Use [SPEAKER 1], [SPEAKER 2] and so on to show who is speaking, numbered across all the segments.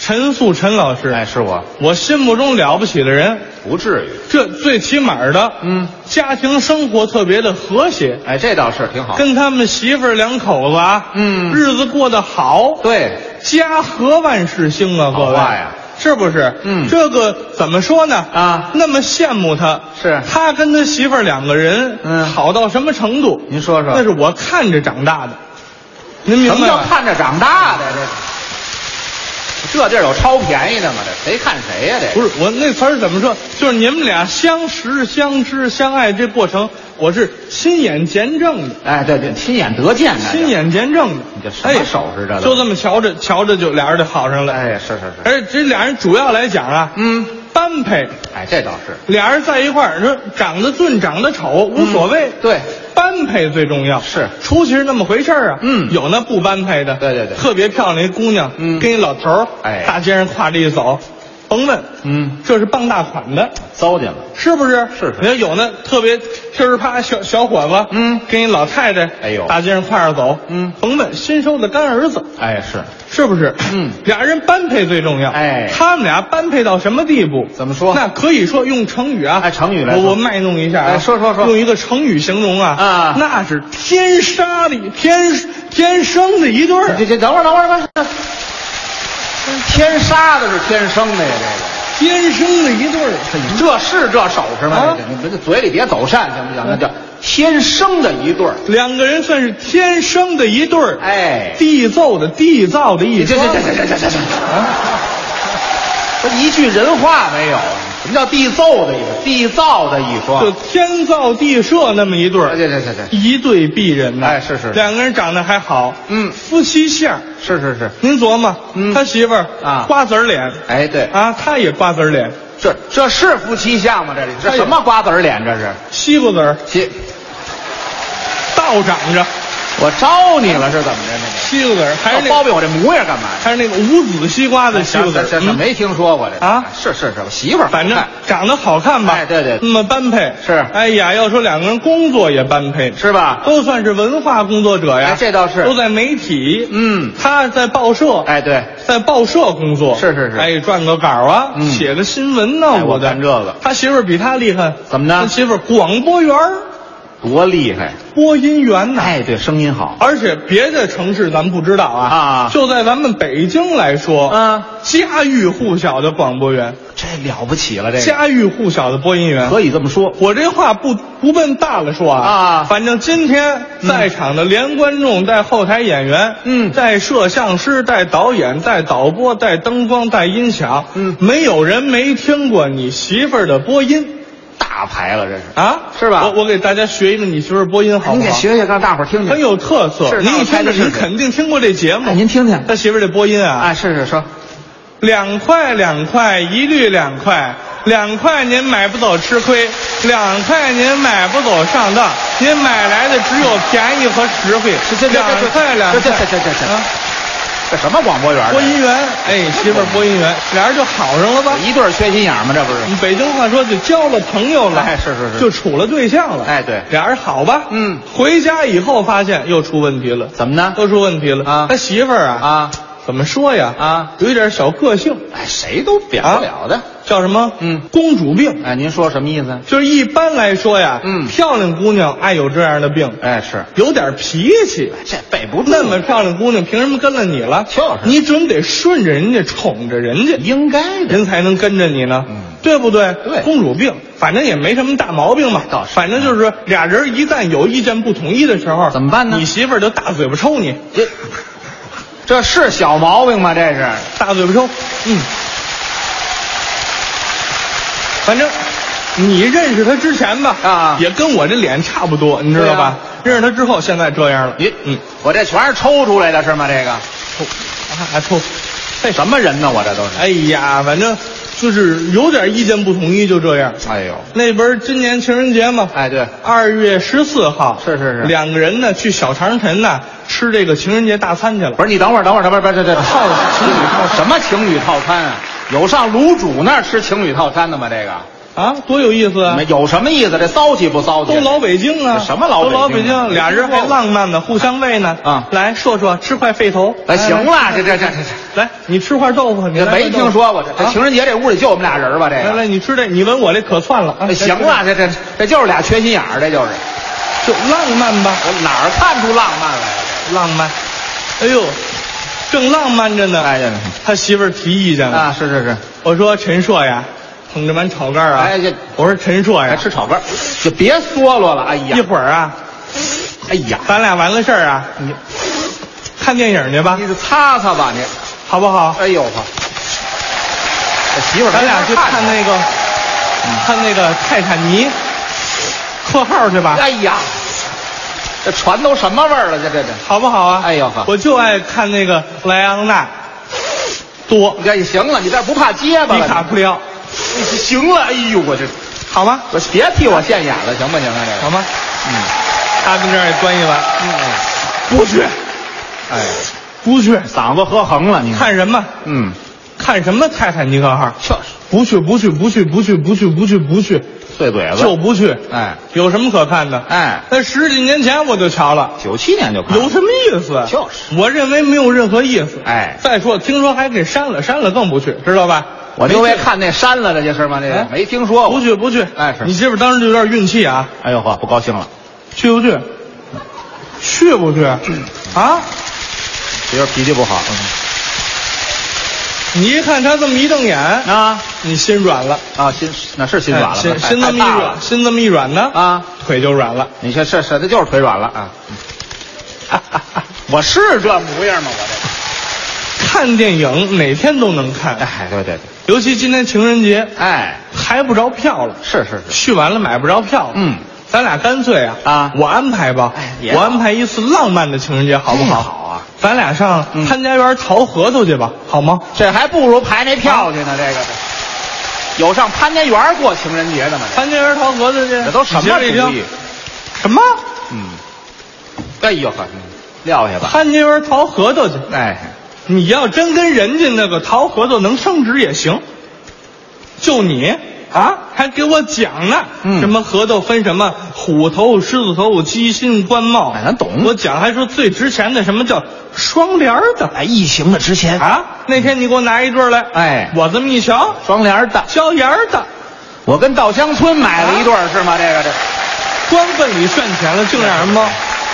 [SPEAKER 1] 陈素陈老师，
[SPEAKER 2] 哎，是我，
[SPEAKER 1] 我心目中了不起的人，
[SPEAKER 2] 不至于。
[SPEAKER 1] 这最起码的，
[SPEAKER 2] 嗯，
[SPEAKER 1] 家庭生活特别的和谐，
[SPEAKER 2] 哎，这倒是挺好。
[SPEAKER 1] 跟他们媳妇儿两口子啊，
[SPEAKER 2] 嗯
[SPEAKER 1] 日子过得好，
[SPEAKER 2] 对，
[SPEAKER 1] 家和万事兴啊，各
[SPEAKER 2] 好
[SPEAKER 1] 位
[SPEAKER 2] 话呀
[SPEAKER 1] 是不是？
[SPEAKER 2] 嗯
[SPEAKER 1] 这个怎么说呢？
[SPEAKER 2] 啊
[SPEAKER 1] 那么羡慕他，
[SPEAKER 2] 是
[SPEAKER 1] 他跟他媳妇儿两个人，
[SPEAKER 2] 嗯
[SPEAKER 1] 好到什么程度？
[SPEAKER 2] 您说说
[SPEAKER 1] 那是我看着长大的，您明
[SPEAKER 2] 什
[SPEAKER 1] 白吗？
[SPEAKER 2] 么叫看着长大的？这这地儿有超便宜的吗？这谁看谁呀、这
[SPEAKER 1] 不是我那词儿怎么说？就是你们俩相识、相知、相爱这过程，我是亲眼见证的，
[SPEAKER 2] 哎，对对，亲眼得见的，
[SPEAKER 1] 亲眼见证的。
[SPEAKER 2] 哎
[SPEAKER 1] 哎
[SPEAKER 2] 你这什么手势这都
[SPEAKER 1] 就这么瞧着瞧着就俩人就好上了。
[SPEAKER 2] 哎是是是
[SPEAKER 1] 而且这俩人主要来讲啊，
[SPEAKER 2] 嗯，
[SPEAKER 1] 般配，
[SPEAKER 2] 哎，这倒是
[SPEAKER 1] 俩人在一块儿，说长得俊长得丑无所谓，
[SPEAKER 2] 嗯对，
[SPEAKER 1] 般配最重要。
[SPEAKER 2] 是
[SPEAKER 1] 出去是那么回事儿啊。
[SPEAKER 2] 嗯
[SPEAKER 1] 有那不般配的，
[SPEAKER 2] 对对对
[SPEAKER 1] 特别漂亮一姑娘，
[SPEAKER 2] 嗯
[SPEAKER 1] 跟一老头儿，
[SPEAKER 2] 哎
[SPEAKER 1] 大街上挎着一走，甭问，
[SPEAKER 2] 嗯，
[SPEAKER 1] 这是傍大款的。
[SPEAKER 2] 糟践了。
[SPEAKER 1] 是不是？
[SPEAKER 2] 是是
[SPEAKER 1] 你看有那特别噼儿啪小小伙子，
[SPEAKER 2] 嗯
[SPEAKER 1] 跟一老太太，
[SPEAKER 2] 哎呦
[SPEAKER 1] 大街上挎着走，
[SPEAKER 2] 嗯
[SPEAKER 1] 甭问，新收的干儿子，
[SPEAKER 2] 哎，是
[SPEAKER 1] 是不是？
[SPEAKER 2] 嗯
[SPEAKER 1] 俩人般配最重要。
[SPEAKER 2] 哎
[SPEAKER 1] 他们俩般配到什么地步？
[SPEAKER 2] 怎么说
[SPEAKER 1] 那可以说用成语啊，
[SPEAKER 2] 哎成语来说
[SPEAKER 1] 我我卖弄一下啊，
[SPEAKER 2] 哎说说说
[SPEAKER 1] 用一个成语形容啊，
[SPEAKER 2] 啊
[SPEAKER 1] 那是天杀的天天生的一对儿
[SPEAKER 2] 这，这等会儿等会儿吧。
[SPEAKER 1] 嗯
[SPEAKER 2] 天杀的是天生的呀，这
[SPEAKER 1] 天生的一对儿。
[SPEAKER 2] 个这是这手势吗？
[SPEAKER 1] 啊嗯
[SPEAKER 2] 这你这嘴里别走善行不行？那叫天生的一对儿。
[SPEAKER 1] 两个人算是天生的一对儿，
[SPEAKER 2] 哎，
[SPEAKER 1] 缔造的缔造的一
[SPEAKER 2] 这这
[SPEAKER 1] 双。
[SPEAKER 2] 这这这这这，
[SPEAKER 1] 啊
[SPEAKER 2] 不是一句人话没有。啊什么叫地奏的一个？地造的一双
[SPEAKER 1] 就。天造地设那么一对
[SPEAKER 2] 哎
[SPEAKER 1] 儿，
[SPEAKER 2] 对对对对，
[SPEAKER 1] 一对璧人呐、
[SPEAKER 2] 哎是是
[SPEAKER 1] 两个人长得还好，
[SPEAKER 2] 嗯
[SPEAKER 1] 夫妻相。
[SPEAKER 2] 是是是。
[SPEAKER 1] 您琢磨，
[SPEAKER 2] 嗯
[SPEAKER 1] 他媳妇儿
[SPEAKER 2] 啊
[SPEAKER 1] 瓜子儿脸
[SPEAKER 2] 哎，对，
[SPEAKER 1] 啊，他也瓜子儿脸，
[SPEAKER 2] 这这是夫妻相吗？这里这
[SPEAKER 1] 哎呀
[SPEAKER 2] 什么瓜子儿脸？这是
[SPEAKER 1] 西瓜子儿
[SPEAKER 2] 亲，
[SPEAKER 1] 倒长着，
[SPEAKER 2] 我招你了是怎么着？那
[SPEAKER 1] 西瓜子儿还是
[SPEAKER 2] 个
[SPEAKER 1] 那
[SPEAKER 2] 啊包
[SPEAKER 1] 个
[SPEAKER 2] 庇我这模样干嘛？哎
[SPEAKER 1] 还是那个无籽西瓜哎的西瓜子
[SPEAKER 2] 这这
[SPEAKER 1] 儿，
[SPEAKER 2] 这
[SPEAKER 1] 嗯
[SPEAKER 2] 没听说过这哎
[SPEAKER 1] 啊
[SPEAKER 2] 是是是，我媳妇儿
[SPEAKER 1] 反正长得好看吧，嗯
[SPEAKER 2] 哎对对
[SPEAKER 1] 那么般配
[SPEAKER 2] 是
[SPEAKER 1] 哎呀，要说两个人工作也般配，
[SPEAKER 2] 是吧？
[SPEAKER 1] 都算是文化工作者呀，
[SPEAKER 2] 哎这倒是
[SPEAKER 1] 都在媒体，
[SPEAKER 2] 嗯
[SPEAKER 1] 他在报社，
[SPEAKER 2] 哎，对，
[SPEAKER 1] 在报社工作，
[SPEAKER 2] 是是是
[SPEAKER 1] 哎，撰个稿啊，
[SPEAKER 2] 嗯
[SPEAKER 1] 写个新闻呢，
[SPEAKER 2] 哎我
[SPEAKER 1] 的
[SPEAKER 2] 干这个
[SPEAKER 1] 他媳妇儿比他厉害，
[SPEAKER 2] 怎么呢
[SPEAKER 1] 他媳妇儿广播员儿
[SPEAKER 2] 多厉害！
[SPEAKER 1] 播音员呢。
[SPEAKER 2] 哎，对，声音好
[SPEAKER 1] 而且别的城市咱们不知道啊，
[SPEAKER 2] 啊
[SPEAKER 1] 就在咱们北京来说，
[SPEAKER 2] 啊，
[SPEAKER 1] 家喻户晓的广播员，
[SPEAKER 2] 这了不起了，这个
[SPEAKER 1] 家喻户晓的播音员，
[SPEAKER 2] 可以这么说。
[SPEAKER 1] 我这话不不奔大了说啊
[SPEAKER 2] 啊
[SPEAKER 1] 反正今天在场的连观众带后台演员，
[SPEAKER 2] 嗯
[SPEAKER 1] 带摄像师、带导演、带导播、带灯光、带音响，
[SPEAKER 2] 嗯
[SPEAKER 1] 没有人没听过你媳妇儿的播音
[SPEAKER 2] 大牌了，这是
[SPEAKER 1] 啊，
[SPEAKER 2] 是吧
[SPEAKER 1] 我我给大家学一个你媳妇儿播音好
[SPEAKER 2] 您
[SPEAKER 1] 不
[SPEAKER 2] 给
[SPEAKER 1] 好？
[SPEAKER 2] 学学，让大伙儿听听。
[SPEAKER 1] 很有特色，
[SPEAKER 2] 是
[SPEAKER 1] 您一
[SPEAKER 2] 那我猜
[SPEAKER 1] 听
[SPEAKER 2] 得
[SPEAKER 1] 着，
[SPEAKER 2] 是
[SPEAKER 1] 您肯定听过这节目。
[SPEAKER 2] 哎，您听听。
[SPEAKER 1] 他媳妇儿这播音啊，
[SPEAKER 2] 哎，是是说，
[SPEAKER 1] 两块两块一律两块，两块您买不走吃亏，两块您买不走上当，您买来的只有便宜和实惠。
[SPEAKER 2] 这这这
[SPEAKER 1] 两
[SPEAKER 2] 这
[SPEAKER 1] 块两块，
[SPEAKER 2] 这这这这这
[SPEAKER 1] 啊
[SPEAKER 2] 这什么广播员儿？啊
[SPEAKER 1] 播音员，哎，媳妇儿播音员，俩人就好上了吧？
[SPEAKER 2] 一对儿缺心眼儿吗？这不是？
[SPEAKER 1] 北京话说就交了朋友了，
[SPEAKER 2] 哎是是是
[SPEAKER 1] 就处了对象了，
[SPEAKER 2] 哎对
[SPEAKER 1] 俩人好吧？
[SPEAKER 2] 嗯
[SPEAKER 1] 回家以后发现又出问题了，
[SPEAKER 2] 怎么呢？
[SPEAKER 1] 又出问题了
[SPEAKER 2] 啊
[SPEAKER 1] 他媳妇儿啊
[SPEAKER 2] 啊，
[SPEAKER 1] 怎么说呀？
[SPEAKER 2] 啊
[SPEAKER 1] 有一点小个性，
[SPEAKER 2] 哎，谁都免不了的。
[SPEAKER 1] 叫什么？
[SPEAKER 2] 嗯
[SPEAKER 1] 公主病。
[SPEAKER 2] 哎，您说什么意思？
[SPEAKER 1] 就是一般来说呀，
[SPEAKER 2] 嗯
[SPEAKER 1] 漂亮姑娘爱有这样的病，
[SPEAKER 2] 哎，是哎
[SPEAKER 1] 有点脾气。
[SPEAKER 2] 这背不住，
[SPEAKER 1] 那么漂亮姑娘凭什么跟了你了？
[SPEAKER 2] 就是
[SPEAKER 1] 你准得顺着人家，宠着人家，
[SPEAKER 2] 应该的。
[SPEAKER 1] 人才能跟着你呢，
[SPEAKER 2] 嗯
[SPEAKER 1] 对不对？
[SPEAKER 2] 对
[SPEAKER 1] 公主病，反正也没什么大毛病嘛。
[SPEAKER 2] 倒是
[SPEAKER 1] 反正就是说俩人一旦有意见不统一的时候，
[SPEAKER 2] 怎么办呢
[SPEAKER 1] 你媳妇儿就大嘴巴抽你，
[SPEAKER 2] 这这是小毛病吗？这是
[SPEAKER 1] 大嘴巴抽，嗯。反正你认识他之前吧，
[SPEAKER 2] 啊
[SPEAKER 1] 也跟我这脸差不多，你知道吧？认识他之后，现在这样了。
[SPEAKER 2] 你
[SPEAKER 1] 嗯，
[SPEAKER 2] 我这全是抽出来的是吗？这个
[SPEAKER 1] 抽啊抽，
[SPEAKER 2] 这什么人呢？我这都是。
[SPEAKER 1] 哎呀，反正就是有点意见不统一，就这样。
[SPEAKER 2] 哎呦，
[SPEAKER 1] 那不是今年情人节吗？
[SPEAKER 2] 哎对，
[SPEAKER 1] 二月十四号，
[SPEAKER 2] 是是是
[SPEAKER 1] 两个人呢去小长城呢吃这个情人节大餐去了。
[SPEAKER 2] 不是你等会儿，等会儿，等会儿，不是这 这
[SPEAKER 1] 套情侣套餐
[SPEAKER 2] 什么情侣套餐啊？有上卤煮那儿吃情侣套餐的吗？这个
[SPEAKER 1] 啊，多有意思啊！
[SPEAKER 2] 有什么意思？这骚气不骚气？
[SPEAKER 1] 都老北京啊，
[SPEAKER 2] 这什么老
[SPEAKER 1] 都老
[SPEAKER 2] 北
[SPEAKER 1] 北
[SPEAKER 2] 京啊
[SPEAKER 1] 京，俩人还浪漫的互相喂呢
[SPEAKER 2] 啊
[SPEAKER 1] 来，硕硕吃块肺头，
[SPEAKER 2] 哎，行
[SPEAKER 1] 来，
[SPEAKER 2] 了，这这这这这，
[SPEAKER 1] 来你吃块豆腐，你
[SPEAKER 2] 这
[SPEAKER 1] 来
[SPEAKER 2] 没
[SPEAKER 1] 块豆腐
[SPEAKER 2] 听说过这这
[SPEAKER 1] 啊
[SPEAKER 2] 情人节这屋里就我们俩人吧？这
[SPEAKER 1] 来
[SPEAKER 2] 个
[SPEAKER 1] 来，啊你吃这，你闻我这可窜了啊！
[SPEAKER 2] 哎行了，这这这就是俩缺心眼儿，这就是
[SPEAKER 1] 就浪漫吧，
[SPEAKER 2] 我哪儿看出浪漫来了？
[SPEAKER 1] 浪漫。哎呦，更浪漫着呢。
[SPEAKER 2] 哎呀
[SPEAKER 1] 他媳妇儿提意见了。
[SPEAKER 2] 啊，是是是，
[SPEAKER 1] 我说陈硕呀，捧着碗炒肝啊。
[SPEAKER 2] 哎这
[SPEAKER 1] 我说陈硕
[SPEAKER 2] 还
[SPEAKER 1] 呀，
[SPEAKER 2] 吃炒肝，就别嗦啰了。哎呀
[SPEAKER 1] 一，会儿啊，
[SPEAKER 2] 哎呀，
[SPEAKER 1] 咱俩完了事儿啊，
[SPEAKER 2] 你
[SPEAKER 1] 看电影去吧
[SPEAKER 2] 你，就擦擦吧你。
[SPEAKER 1] 好不好？
[SPEAKER 2] 哎呦呵，这媳妇 儿
[SPEAKER 1] 咱俩去
[SPEAKER 2] 没法
[SPEAKER 1] 看那个，
[SPEAKER 2] 嗯
[SPEAKER 1] 看那个《泰坦尼》， 括号去吧，
[SPEAKER 2] 哎呀，这船都什么味儿了？这这这，
[SPEAKER 1] 好不好啊？
[SPEAKER 2] 哎呦呵
[SPEAKER 1] 我就爱看那个莱昂纳多
[SPEAKER 2] 哎你这行了，你这不怕结巴
[SPEAKER 1] 迪
[SPEAKER 2] 了？
[SPEAKER 1] 卡普里奥，
[SPEAKER 2] 你行了，哎呦我这，
[SPEAKER 1] 好吗？
[SPEAKER 2] 我别替我现眼了，行不行啊？这
[SPEAKER 1] 好
[SPEAKER 2] 个，
[SPEAKER 1] 吗？
[SPEAKER 2] 嗯
[SPEAKER 1] 他跟这儿也端一碗，
[SPEAKER 2] 嗯，
[SPEAKER 1] 不去，
[SPEAKER 2] 哎，
[SPEAKER 1] 不去，
[SPEAKER 2] 嗓子喝横了，你看，
[SPEAKER 1] 看什么？
[SPEAKER 2] 嗯，
[SPEAKER 1] 看什么泰坦尼克号？
[SPEAKER 2] 确实
[SPEAKER 1] 不去，不去，不去，不去，不去，不去，不去，
[SPEAKER 2] 碎嘴子，
[SPEAKER 1] 就不去。
[SPEAKER 2] 哎
[SPEAKER 1] 有什么可看的？
[SPEAKER 2] 哎，
[SPEAKER 1] 那十几年前我就瞧了，
[SPEAKER 2] 九七年就看了
[SPEAKER 1] 有什么意思？
[SPEAKER 2] 就是，
[SPEAKER 1] 我认为没有任何意思。
[SPEAKER 2] 哎
[SPEAKER 1] 再说，听说还给删了，删了更不去，知道吧？
[SPEAKER 2] 我就
[SPEAKER 1] 没
[SPEAKER 2] 为
[SPEAKER 1] 去
[SPEAKER 2] 看那删了这些事儿吗？这个
[SPEAKER 1] 哎
[SPEAKER 2] 没听说过
[SPEAKER 1] 不。去，不去。
[SPEAKER 2] 哎是
[SPEAKER 1] 你媳妇当时就有点运气啊，
[SPEAKER 2] 哎呦呵，不高兴了，
[SPEAKER 1] 去不去？去不去？啊？
[SPEAKER 2] 媳妇脾气不好。嗯
[SPEAKER 1] 你一看他这么一瞪眼，
[SPEAKER 2] 啊
[SPEAKER 1] 你心软了。
[SPEAKER 2] 啊，心那是心软了，
[SPEAKER 1] 哎心
[SPEAKER 2] 太
[SPEAKER 1] 心这么
[SPEAKER 2] 太
[SPEAKER 1] 一
[SPEAKER 2] 大了
[SPEAKER 1] 软，心这么一软呢，
[SPEAKER 2] 啊！
[SPEAKER 1] 腿就软了。
[SPEAKER 2] 你这这这这就是腿软了啊！我是这模样吗？我
[SPEAKER 1] 看电影哪天都能
[SPEAKER 2] 这，
[SPEAKER 1] 看，
[SPEAKER 2] 哎，对对对，
[SPEAKER 1] 尤其今天情人节
[SPEAKER 2] 哎，
[SPEAKER 1] 还不着票了，
[SPEAKER 2] 是是是，
[SPEAKER 1] 去完了买不着票了。
[SPEAKER 2] 嗯，
[SPEAKER 1] 咱俩干脆啊
[SPEAKER 2] 啊
[SPEAKER 1] 我安排吧
[SPEAKER 2] 哎也，好
[SPEAKER 1] 我安排一次浪漫的情人节，好不好？
[SPEAKER 2] 嗯好啊，
[SPEAKER 1] 咱俩上
[SPEAKER 2] 嗯
[SPEAKER 1] 潘家园淘核桃去吧，好吗？
[SPEAKER 2] 这还不如排那票去呢。这个有上潘家园过情人节的吗？
[SPEAKER 1] 潘家园淘核桃去，
[SPEAKER 2] 这都什么
[SPEAKER 1] 你媳妇儿
[SPEAKER 2] 主
[SPEAKER 1] 一
[SPEAKER 2] 意
[SPEAKER 1] 听？什么？
[SPEAKER 2] 嗯，哎呦呵，撂下吧。
[SPEAKER 1] 潘家园淘核桃去？
[SPEAKER 2] 哎，
[SPEAKER 1] 你要真跟人家那个淘核桃能升值也行，就你啊，还给我讲呢，
[SPEAKER 2] 嗯
[SPEAKER 1] 什么核桃分什么虎头、狮子头、鸡心、官帽，
[SPEAKER 2] 哎咱懂
[SPEAKER 1] 我讲还说最值钱的什么叫双联儿的
[SPEAKER 2] 哎，一行的值钱，
[SPEAKER 1] 啊？那天你给我拿一对儿来，
[SPEAKER 2] 哎
[SPEAKER 1] 我这么一瞧，
[SPEAKER 2] 双联的，
[SPEAKER 1] 椒盐儿的，
[SPEAKER 2] 我跟稻香村买了一对儿是吗？这个这，
[SPEAKER 1] 光奔你炫钱了，净让人猫，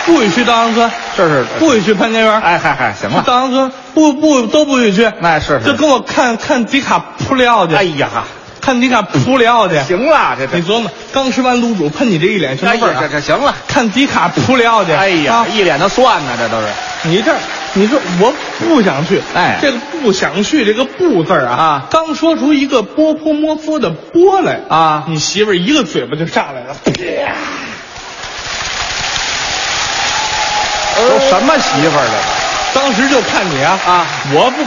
[SPEAKER 1] 不许去稻香村，
[SPEAKER 2] 是是是
[SPEAKER 1] 不许去潘家园，
[SPEAKER 2] 哎嗨嗨，行
[SPEAKER 1] 去
[SPEAKER 2] 了，
[SPEAKER 1] 稻香村不不都不许去，
[SPEAKER 2] 那是是
[SPEAKER 1] 就跟我看看迪卡普里奥去。
[SPEAKER 2] 哎呀，
[SPEAKER 1] 看你敢扑了去。
[SPEAKER 2] 行了，这这
[SPEAKER 1] 你琢磨，刚吃完卤煮，喷你这一脸什么
[SPEAKER 2] 哎
[SPEAKER 1] 味儿啊、
[SPEAKER 2] 呀，这这行了。
[SPEAKER 1] 看迪卡扑了去。
[SPEAKER 2] 哎
[SPEAKER 1] 啊
[SPEAKER 2] 呀，
[SPEAKER 1] 哦
[SPEAKER 2] 一脸的蒜呢，这都是
[SPEAKER 1] 你这，你说我不想去。
[SPEAKER 2] 哎
[SPEAKER 1] 这个不想去，这个不字儿啊，
[SPEAKER 2] 啊
[SPEAKER 1] 刚说出一个波泼摸佛的波来，
[SPEAKER 2] 啊哎
[SPEAKER 1] 你媳妇儿一个嘴巴就上来了。
[SPEAKER 2] 都什么媳妇儿
[SPEAKER 1] 当时就看你啊
[SPEAKER 2] 这啊？
[SPEAKER 1] 我不，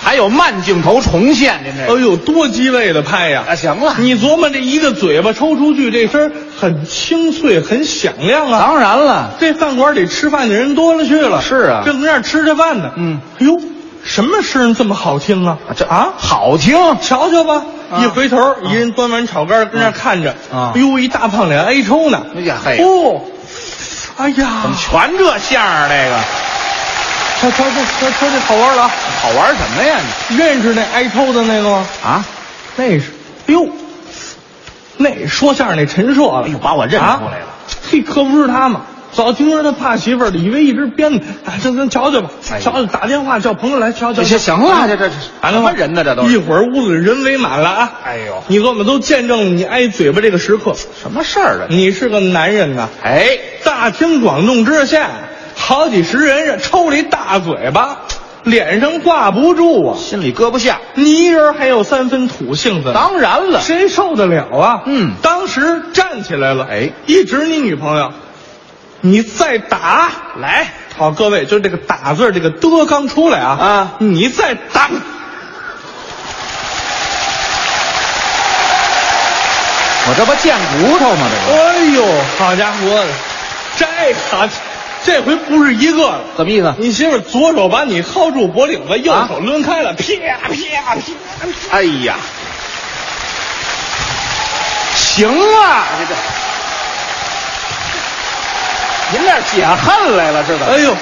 [SPEAKER 2] 还有慢镜头重现，您这
[SPEAKER 1] 哎呦，多机位的拍呀！
[SPEAKER 2] 啊，行了，
[SPEAKER 1] 你琢磨这一个嘴巴抽出去，这声儿很清脆，很响亮啊。
[SPEAKER 2] 当然了，
[SPEAKER 1] 这饭馆里吃饭的人多了去了，
[SPEAKER 2] 是啊
[SPEAKER 1] 正在那儿吃着饭呢。
[SPEAKER 2] 嗯，
[SPEAKER 1] 哎呦，什么声这么好听啊？
[SPEAKER 2] 这
[SPEAKER 1] 啊，
[SPEAKER 2] 好听，
[SPEAKER 1] 瞧瞧吧，
[SPEAKER 2] 啊
[SPEAKER 1] 一回头，一人端碗炒肝跟那儿看着，
[SPEAKER 2] 啊
[SPEAKER 1] 哎呦，一大胖脸挨抽呢。
[SPEAKER 2] 哎呀嘿
[SPEAKER 1] 哦，哎呀
[SPEAKER 2] 怎么，全这相儿？这个
[SPEAKER 1] 瞧瞧这瞧瞧这好玩了啊！
[SPEAKER 2] 好玩什么呀？你
[SPEAKER 1] 认识那挨抽的那个吗？
[SPEAKER 2] 啊，
[SPEAKER 1] 那是，哎呦，那说相声那陈硕了，
[SPEAKER 2] 哎呦把我认出来了
[SPEAKER 1] 啊嘿，可不是他嘛。早听说他怕媳妇儿了，以为一直编的。哎，这咱瞧瞧吧，
[SPEAKER 2] 哎呀
[SPEAKER 1] 瞧瞧，打电话叫朋友来瞧瞧。
[SPEAKER 2] 这些行了，这这这
[SPEAKER 1] 打
[SPEAKER 2] 什
[SPEAKER 1] 电
[SPEAKER 2] 么
[SPEAKER 1] 话
[SPEAKER 2] 人呢？这都
[SPEAKER 1] 一
[SPEAKER 2] 是
[SPEAKER 1] 会儿屋子人围满了啊！
[SPEAKER 2] 哎呦
[SPEAKER 1] 你给我们都见证了你挨嘴巴这个时刻。
[SPEAKER 2] 什么事儿啊？
[SPEAKER 1] 你是个男人呐，
[SPEAKER 2] 哎，
[SPEAKER 1] 大庭广众之下，好几十人抽了一大嘴巴，脸上挂不住啊！
[SPEAKER 2] 心里搁不下，
[SPEAKER 1] 你一人还有三分土性子呢，
[SPEAKER 2] 当然了，
[SPEAKER 1] 谁受得了啊？
[SPEAKER 2] 嗯
[SPEAKER 1] 当时站起来了，
[SPEAKER 2] 哎
[SPEAKER 1] 一指你女朋友，你再打。
[SPEAKER 2] 来，
[SPEAKER 1] 好，各位，就这个“打”字儿，这个“的”刚出来啊
[SPEAKER 2] 啊
[SPEAKER 1] 你再打，
[SPEAKER 2] 我这不贱骨头吗？这不
[SPEAKER 1] 哎呦，好家伙，这好，这回不是一个了。
[SPEAKER 2] 怎么意思？
[SPEAKER 1] 你媳妇儿左手把你薅住脖领子，右
[SPEAKER 2] 啊哎
[SPEAKER 1] 手抡开了，啪啪啪！
[SPEAKER 2] 哎呀，行啊，这这，您这儿解恨来了是吧？
[SPEAKER 1] 哎，呦，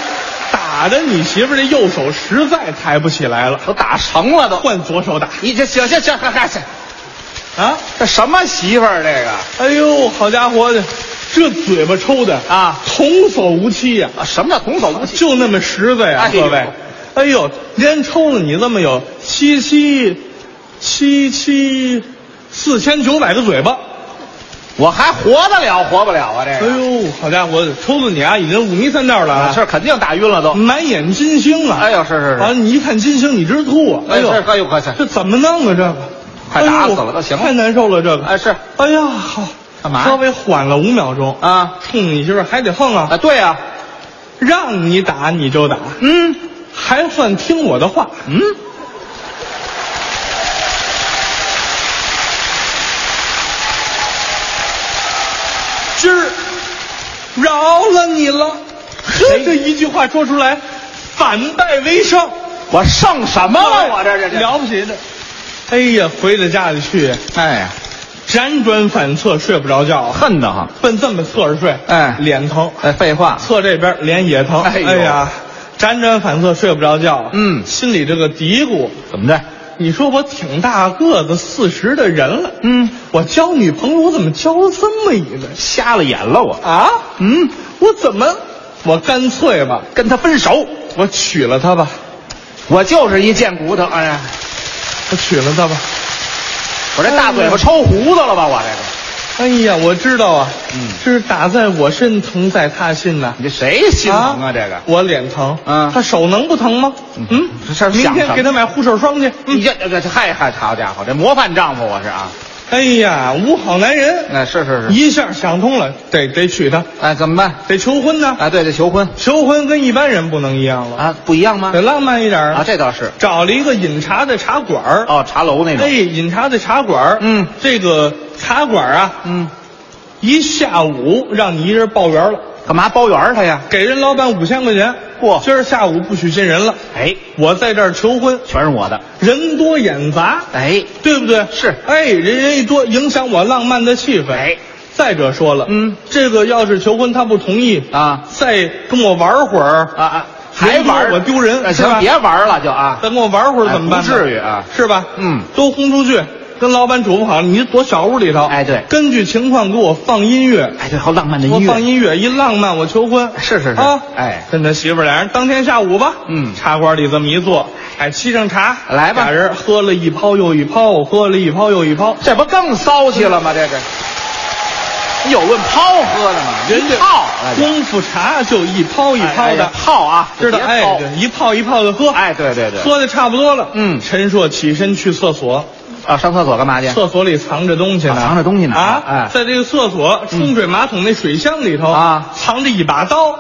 [SPEAKER 1] 打的你媳妇儿这右手实在抬不起来了，
[SPEAKER 2] 都打成了都。
[SPEAKER 1] 换左手打
[SPEAKER 2] 你这行行行行行行，
[SPEAKER 1] 啊！
[SPEAKER 2] 这什么媳妇儿这个
[SPEAKER 1] 哎呦，好家伙的，这嘴巴抽的
[SPEAKER 2] 啊
[SPEAKER 1] 童叟无欺呀、
[SPEAKER 2] 啊？什么叫童叟无欺？
[SPEAKER 1] 就那么实在呀、
[SPEAKER 2] 哎呦
[SPEAKER 1] 各位。哎呦，连抽了你这么有七七七七四千九百个嘴巴。
[SPEAKER 2] 我还活得了活不了啊？这
[SPEAKER 1] 哎
[SPEAKER 2] 个、
[SPEAKER 1] 呦，好家伙，抽的你啊，已经五迷三道了啊！
[SPEAKER 2] 是肯定打晕了都。
[SPEAKER 1] 满眼金星啊！
[SPEAKER 2] 哎呦是是是
[SPEAKER 1] 啊，你一看金星，你直吐啊！哎呦，
[SPEAKER 2] 是哎呦快快
[SPEAKER 1] 这怎么弄啊？这个哎
[SPEAKER 2] 快打死了都行了
[SPEAKER 1] 太难受了这个。
[SPEAKER 2] 哎是
[SPEAKER 1] 哎呀，好，
[SPEAKER 2] 干嘛呀
[SPEAKER 1] 稍微缓了五秒钟，
[SPEAKER 2] 啊
[SPEAKER 1] 冲你媳妇儿还得横
[SPEAKER 2] 啊
[SPEAKER 1] 啊！
[SPEAKER 2] 对呀、
[SPEAKER 1] 让你打你就打，
[SPEAKER 2] 嗯
[SPEAKER 1] 还算听我的话。
[SPEAKER 2] 嗯，
[SPEAKER 1] 今儿饶了你了。
[SPEAKER 2] 嘿
[SPEAKER 1] 这一句话说出来，反败为胜。
[SPEAKER 2] 我剩什么了？我这这这
[SPEAKER 1] 了不起的。哎呀，回到家里去，
[SPEAKER 2] 哎呀，
[SPEAKER 1] 辗转反侧，睡不着觉，
[SPEAKER 2] 恨得慌。
[SPEAKER 1] 奔这么侧着睡，
[SPEAKER 2] 哎
[SPEAKER 1] 脸疼，
[SPEAKER 2] 哎，废话，
[SPEAKER 1] 侧这边脸也疼，
[SPEAKER 2] 哎呦
[SPEAKER 1] 呀，辗转反侧睡不着觉，
[SPEAKER 2] 嗯
[SPEAKER 1] 心里这个嘀咕，
[SPEAKER 2] 怎么着？
[SPEAKER 1] 你说我挺大个子，四十的人了，
[SPEAKER 2] 嗯，
[SPEAKER 1] 我交女朋友我怎么交这么一个
[SPEAKER 2] 瞎了眼了我。
[SPEAKER 1] 啊？
[SPEAKER 2] 嗯，
[SPEAKER 1] 我怎么？我干脆吧，
[SPEAKER 2] 跟他分手，
[SPEAKER 1] 我娶了她吧，
[SPEAKER 2] 我就是一贱骨头。哎呀，
[SPEAKER 1] 我娶了她吧。
[SPEAKER 2] 我这大嘴巴抽胡子了吧？我这个，
[SPEAKER 1] 哎呀，我知道啊，
[SPEAKER 2] 嗯
[SPEAKER 1] 这是打在我身，疼在他心呐、
[SPEAKER 2] 你这谁心疼啊？这个，
[SPEAKER 1] 我脸疼，
[SPEAKER 2] 嗯
[SPEAKER 1] 他手能不疼吗？
[SPEAKER 2] 嗯
[SPEAKER 1] 嗯，
[SPEAKER 2] 这事儿
[SPEAKER 1] 明
[SPEAKER 2] 想什
[SPEAKER 1] 天
[SPEAKER 2] 么
[SPEAKER 1] 给他买护手霜去。嗯，
[SPEAKER 2] 你这这这，嗨嗨，好家伙，这模范丈夫我是啊。
[SPEAKER 1] 哎呀，无好男人，
[SPEAKER 2] 哎，是是是。
[SPEAKER 1] 一下想通了，得得娶她，
[SPEAKER 2] 哎，怎么办？
[SPEAKER 1] 得求婚呢。
[SPEAKER 2] 哎，对，这求婚
[SPEAKER 1] 求婚跟一般人不能一样了，
[SPEAKER 2] 啊，不一样吗
[SPEAKER 1] 得？浪漫一点
[SPEAKER 2] 啊，这倒是。
[SPEAKER 1] 找了一个饮茶的茶馆儿，
[SPEAKER 2] 哦，茶楼那
[SPEAKER 1] 哎，
[SPEAKER 2] 种。
[SPEAKER 1] 饮茶的茶馆儿，
[SPEAKER 2] 嗯
[SPEAKER 1] 这个茶馆儿啊，
[SPEAKER 2] 嗯，
[SPEAKER 1] 一下午让你一人报圆了，
[SPEAKER 2] 干嘛包圆他呀？
[SPEAKER 1] 给人老板五千块钱。
[SPEAKER 2] 嚯
[SPEAKER 1] 今儿下午不许进人了，
[SPEAKER 2] 哎，
[SPEAKER 1] 我在这儿求婚，
[SPEAKER 2] 全是我的。
[SPEAKER 1] 人多眼杂，
[SPEAKER 2] 哎，
[SPEAKER 1] 对不对？
[SPEAKER 2] 是
[SPEAKER 1] 哎，人人一多，影响我浪漫的气氛。
[SPEAKER 2] 哎，
[SPEAKER 1] 再者说了，
[SPEAKER 2] 嗯，
[SPEAKER 1] 这个要是求婚他不同意
[SPEAKER 2] 啊
[SPEAKER 1] 再跟我玩会儿
[SPEAKER 2] 啊啊，还
[SPEAKER 1] 人多
[SPEAKER 2] 玩
[SPEAKER 1] 我丢人，
[SPEAKER 2] 哎
[SPEAKER 1] 是吧
[SPEAKER 2] 行，别玩了就啊。
[SPEAKER 1] 再跟我玩会儿怎么办呢？
[SPEAKER 2] 哎不至于啊
[SPEAKER 1] 是吧？
[SPEAKER 2] 嗯
[SPEAKER 1] 都轰出去，跟老板嘱咐好，你就躲小屋里头。
[SPEAKER 2] 哎对
[SPEAKER 1] 根据情况给我放音乐。
[SPEAKER 2] 哎，对，好浪漫的
[SPEAKER 1] 我
[SPEAKER 2] 音乐。
[SPEAKER 1] 放音乐一浪漫，我求婚
[SPEAKER 2] 是是是
[SPEAKER 1] 啊，
[SPEAKER 2] 哎
[SPEAKER 1] 跟他媳妇儿俩人当天下午吧，
[SPEAKER 2] 嗯
[SPEAKER 1] 茶馆里这么一坐，哎，沏上茶
[SPEAKER 2] 来吧
[SPEAKER 1] 俩人喝了一泡又一泡，喝了一泡又一泡，
[SPEAKER 2] 这不更骚气了吗？这个，你有论泡喝的吗？哎
[SPEAKER 1] 人家哎
[SPEAKER 2] 泡，
[SPEAKER 1] 功夫茶就一泡一泡的，
[SPEAKER 2] 泡啊，
[SPEAKER 1] 知道？哎
[SPEAKER 2] 别泡，
[SPEAKER 1] 对，一泡一泡的喝，
[SPEAKER 2] 哎，对对对，
[SPEAKER 1] 喝的差不多了，
[SPEAKER 2] 嗯
[SPEAKER 1] 陈硕起身去厕所，
[SPEAKER 2] 啊，上厕所干嘛去？
[SPEAKER 1] 厕所里藏着东西呢，
[SPEAKER 2] 啊藏着东西呢
[SPEAKER 1] 啊！
[SPEAKER 2] 哎
[SPEAKER 1] 在这个厕所冲水马桶那水箱里头
[SPEAKER 2] 啊
[SPEAKER 1] 藏着一把刀，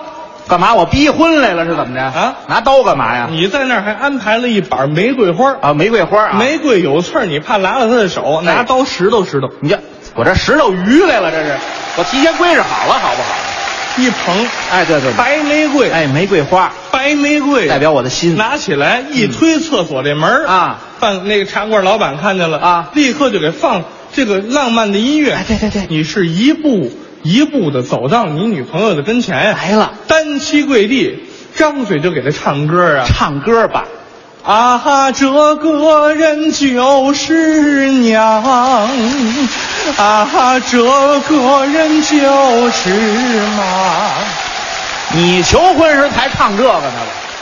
[SPEAKER 2] 干嘛？我逼婚来了是怎么着？
[SPEAKER 1] 啊
[SPEAKER 2] 拿刀干嘛呀？
[SPEAKER 1] 你在那儿还安排了一把玫瑰花儿，
[SPEAKER 2] 啊，玫哎瑰花啊，，
[SPEAKER 1] 玫瑰有刺儿，你怕拉了他的手，拿刀拾掇拾掇，
[SPEAKER 2] 你这我这石头鱼来了，这是，我提前规置好了，好不好？
[SPEAKER 1] 一捧
[SPEAKER 2] 哎，对对对，
[SPEAKER 1] 白玫瑰，
[SPEAKER 2] 哎，玫瑰花
[SPEAKER 1] 白玫瑰
[SPEAKER 2] 代表我的心，
[SPEAKER 1] 拿起来一推厕所这门儿
[SPEAKER 2] 啊，
[SPEAKER 1] 饭那个茶馆老板看见了
[SPEAKER 2] 啊
[SPEAKER 1] 立刻就给放这个浪漫的音乐。
[SPEAKER 2] 哎对对对
[SPEAKER 1] 你是一步一步的走到你女朋友的跟前呀，
[SPEAKER 2] 来了，
[SPEAKER 1] 单膝跪地，张嘴就给她唱歌啊。
[SPEAKER 2] 唱歌吧，
[SPEAKER 1] 啊哈，这个人就是娘，啊哈，这个人就是妈。
[SPEAKER 2] 你求婚时才唱这个呢，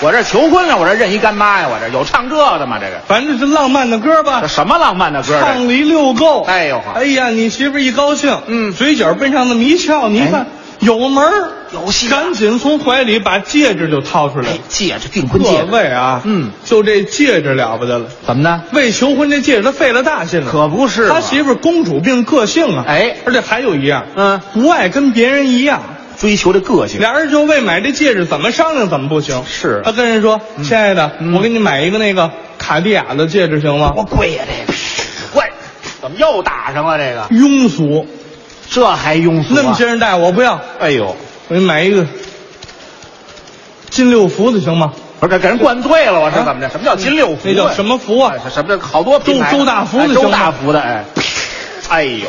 [SPEAKER 2] 我这求婚了，我这认一干妈呀，我这有唱这个的吗？这个
[SPEAKER 1] 反正是浪漫的歌吧
[SPEAKER 2] 这，什么浪漫的歌？这
[SPEAKER 1] 唱
[SPEAKER 2] 是
[SPEAKER 1] 了一溜够。
[SPEAKER 2] 哎呦呵
[SPEAKER 1] 哎呀，你媳妇儿一高兴，
[SPEAKER 2] 嗯
[SPEAKER 1] 嘴角奔上那么一翘，你一看、
[SPEAKER 2] 哎
[SPEAKER 1] 有门儿，
[SPEAKER 2] 有戏啊
[SPEAKER 1] 赶紧从怀里把戒指就掏出来了
[SPEAKER 2] 哎。，戒指订婚戒
[SPEAKER 1] 各
[SPEAKER 2] 指，
[SPEAKER 1] 位啊，
[SPEAKER 2] 嗯，
[SPEAKER 1] 就这戒指了不得了，
[SPEAKER 2] 怎么呢？
[SPEAKER 1] 为求婚这戒指他费了大劲了。
[SPEAKER 2] 可不是嘛
[SPEAKER 1] 他媳妇儿公主病个性啊，
[SPEAKER 2] 哎
[SPEAKER 1] 而且还有一样，
[SPEAKER 2] 嗯
[SPEAKER 1] 不爱跟别人一样。
[SPEAKER 2] 追求这个性，
[SPEAKER 1] 俩人就为买这戒指怎么商量怎么不行。
[SPEAKER 2] 是
[SPEAKER 1] 他跟人说：“亲爱的，
[SPEAKER 2] 嗯
[SPEAKER 1] 我给你买一个那个卡地亚的戒指行吗
[SPEAKER 2] 多贵呀、这个！喂，怎么又打上了这个？”？
[SPEAKER 1] 庸俗，
[SPEAKER 2] 这还庸俗、
[SPEAKER 1] 那
[SPEAKER 2] 啊？
[SPEAKER 1] 么些人戴我不要，
[SPEAKER 2] 哎呦，
[SPEAKER 1] 我给你买一个金六福的行吗？
[SPEAKER 2] 不是这给人灌醉了，我是怎么着？什么叫金六福啊？
[SPEAKER 1] 那叫什么福啊
[SPEAKER 2] 哎什么叫好多品牌
[SPEAKER 1] 周周大福的
[SPEAKER 2] 哎
[SPEAKER 1] 行吗
[SPEAKER 2] 周大福的哎，哎呦，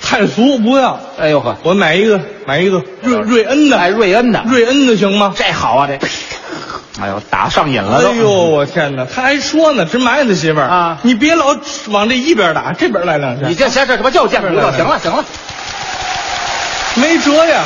[SPEAKER 1] 汉服不要，
[SPEAKER 2] 哎呦呵，
[SPEAKER 1] 我买一个买一个瑞瑞恩的，
[SPEAKER 2] 哎，瑞恩的，
[SPEAKER 1] 瑞恩的行吗？
[SPEAKER 2] 这好 啊，这，哎呦，打上瘾了都。
[SPEAKER 1] 哎呦，我天哪！他还说呢，真埋汰媳妇儿
[SPEAKER 2] 啊
[SPEAKER 1] 你别老往这一边打，这边来两下，
[SPEAKER 2] 你这这这什么就见不得？啊行了行了，
[SPEAKER 1] 没辙呀，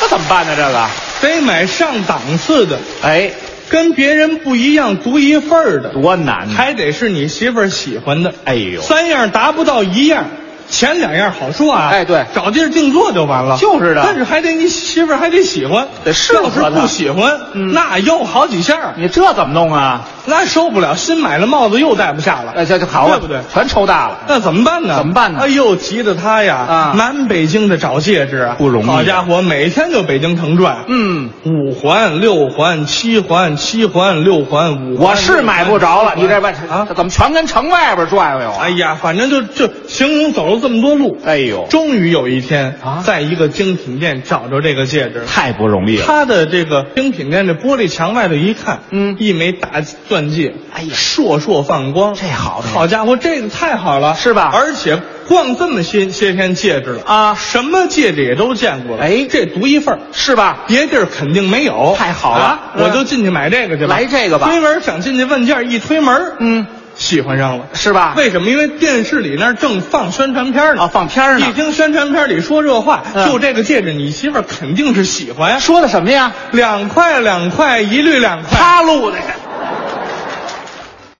[SPEAKER 2] 那怎么办呢？这个，
[SPEAKER 1] 得买上档次的，
[SPEAKER 2] 哎，
[SPEAKER 1] 跟别人不一样，独一份儿的，
[SPEAKER 2] 多难呐！
[SPEAKER 1] 还得是你媳妇儿喜欢的。
[SPEAKER 2] 嗯哎呦，
[SPEAKER 1] 三样达不到一样，前两样好说啊。
[SPEAKER 2] 哎对
[SPEAKER 1] 找地儿定做就完了。
[SPEAKER 2] 就是的
[SPEAKER 1] 但是还得你媳妇儿还得喜欢，
[SPEAKER 2] 得适合
[SPEAKER 1] 要是
[SPEAKER 2] 她
[SPEAKER 1] 不喜欢，
[SPEAKER 2] 嗯
[SPEAKER 1] 那又好几下，
[SPEAKER 2] 你这怎么弄啊？
[SPEAKER 1] 那受不了，新买了帽子又戴不下了。
[SPEAKER 2] 哎，这就好
[SPEAKER 1] 对
[SPEAKER 2] 了，
[SPEAKER 1] 不对？
[SPEAKER 2] 全抽大了。
[SPEAKER 1] 那怎么办呢？
[SPEAKER 2] 怎么办呢
[SPEAKER 1] 哎呦，急得他呀，
[SPEAKER 2] 啊
[SPEAKER 1] 满北京的找戒指啊，
[SPEAKER 2] 不容易
[SPEAKER 1] 好家伙，每天就北京腾转，
[SPEAKER 2] 嗯，
[SPEAKER 1] 五环、六环、七环、七环、六环、五环。
[SPEAKER 2] 我是买不着了，你这外
[SPEAKER 1] 啊
[SPEAKER 2] 这怎么全跟城外边转悠啊？
[SPEAKER 1] 哎呀，反正就就行行走了这么多路，
[SPEAKER 2] 哎呦，
[SPEAKER 1] 终于有一天
[SPEAKER 2] 啊哎
[SPEAKER 1] 在一个精品店找着这个戒指了。
[SPEAKER 2] 太不容易了。
[SPEAKER 1] 他的这个精品店这玻璃墙外头一看，
[SPEAKER 2] 嗯
[SPEAKER 1] 一枚大钻戒，
[SPEAKER 2] 哎呀
[SPEAKER 1] 烁烁放光，
[SPEAKER 2] 这好的呀
[SPEAKER 1] 好家伙，这个太好了，
[SPEAKER 2] 是吧
[SPEAKER 1] 而且逛这么些些天戒指了
[SPEAKER 2] 啊
[SPEAKER 1] 什么戒指也都见过了，
[SPEAKER 2] 哎
[SPEAKER 1] 这独一份儿
[SPEAKER 2] 是吧？
[SPEAKER 1] 别地儿肯定没有，
[SPEAKER 2] 太好了
[SPEAKER 1] 啊
[SPEAKER 2] 嗯
[SPEAKER 1] 我就进去买这个去吧，
[SPEAKER 2] 来这个吧
[SPEAKER 1] 推门想进去问价，一推门，
[SPEAKER 2] 嗯，
[SPEAKER 1] 喜欢上了。
[SPEAKER 2] 是吧？
[SPEAKER 1] 为什么？因为电视里那儿正放宣传片呢，
[SPEAKER 2] 啊放片儿呢
[SPEAKER 1] 一听宣传片里说这话，
[SPEAKER 2] 嗯
[SPEAKER 1] 就这个戒指，你媳妇儿肯定是喜欢呀。
[SPEAKER 2] 说的什么呀？
[SPEAKER 1] 两块两块，一律两块。
[SPEAKER 2] 他录的。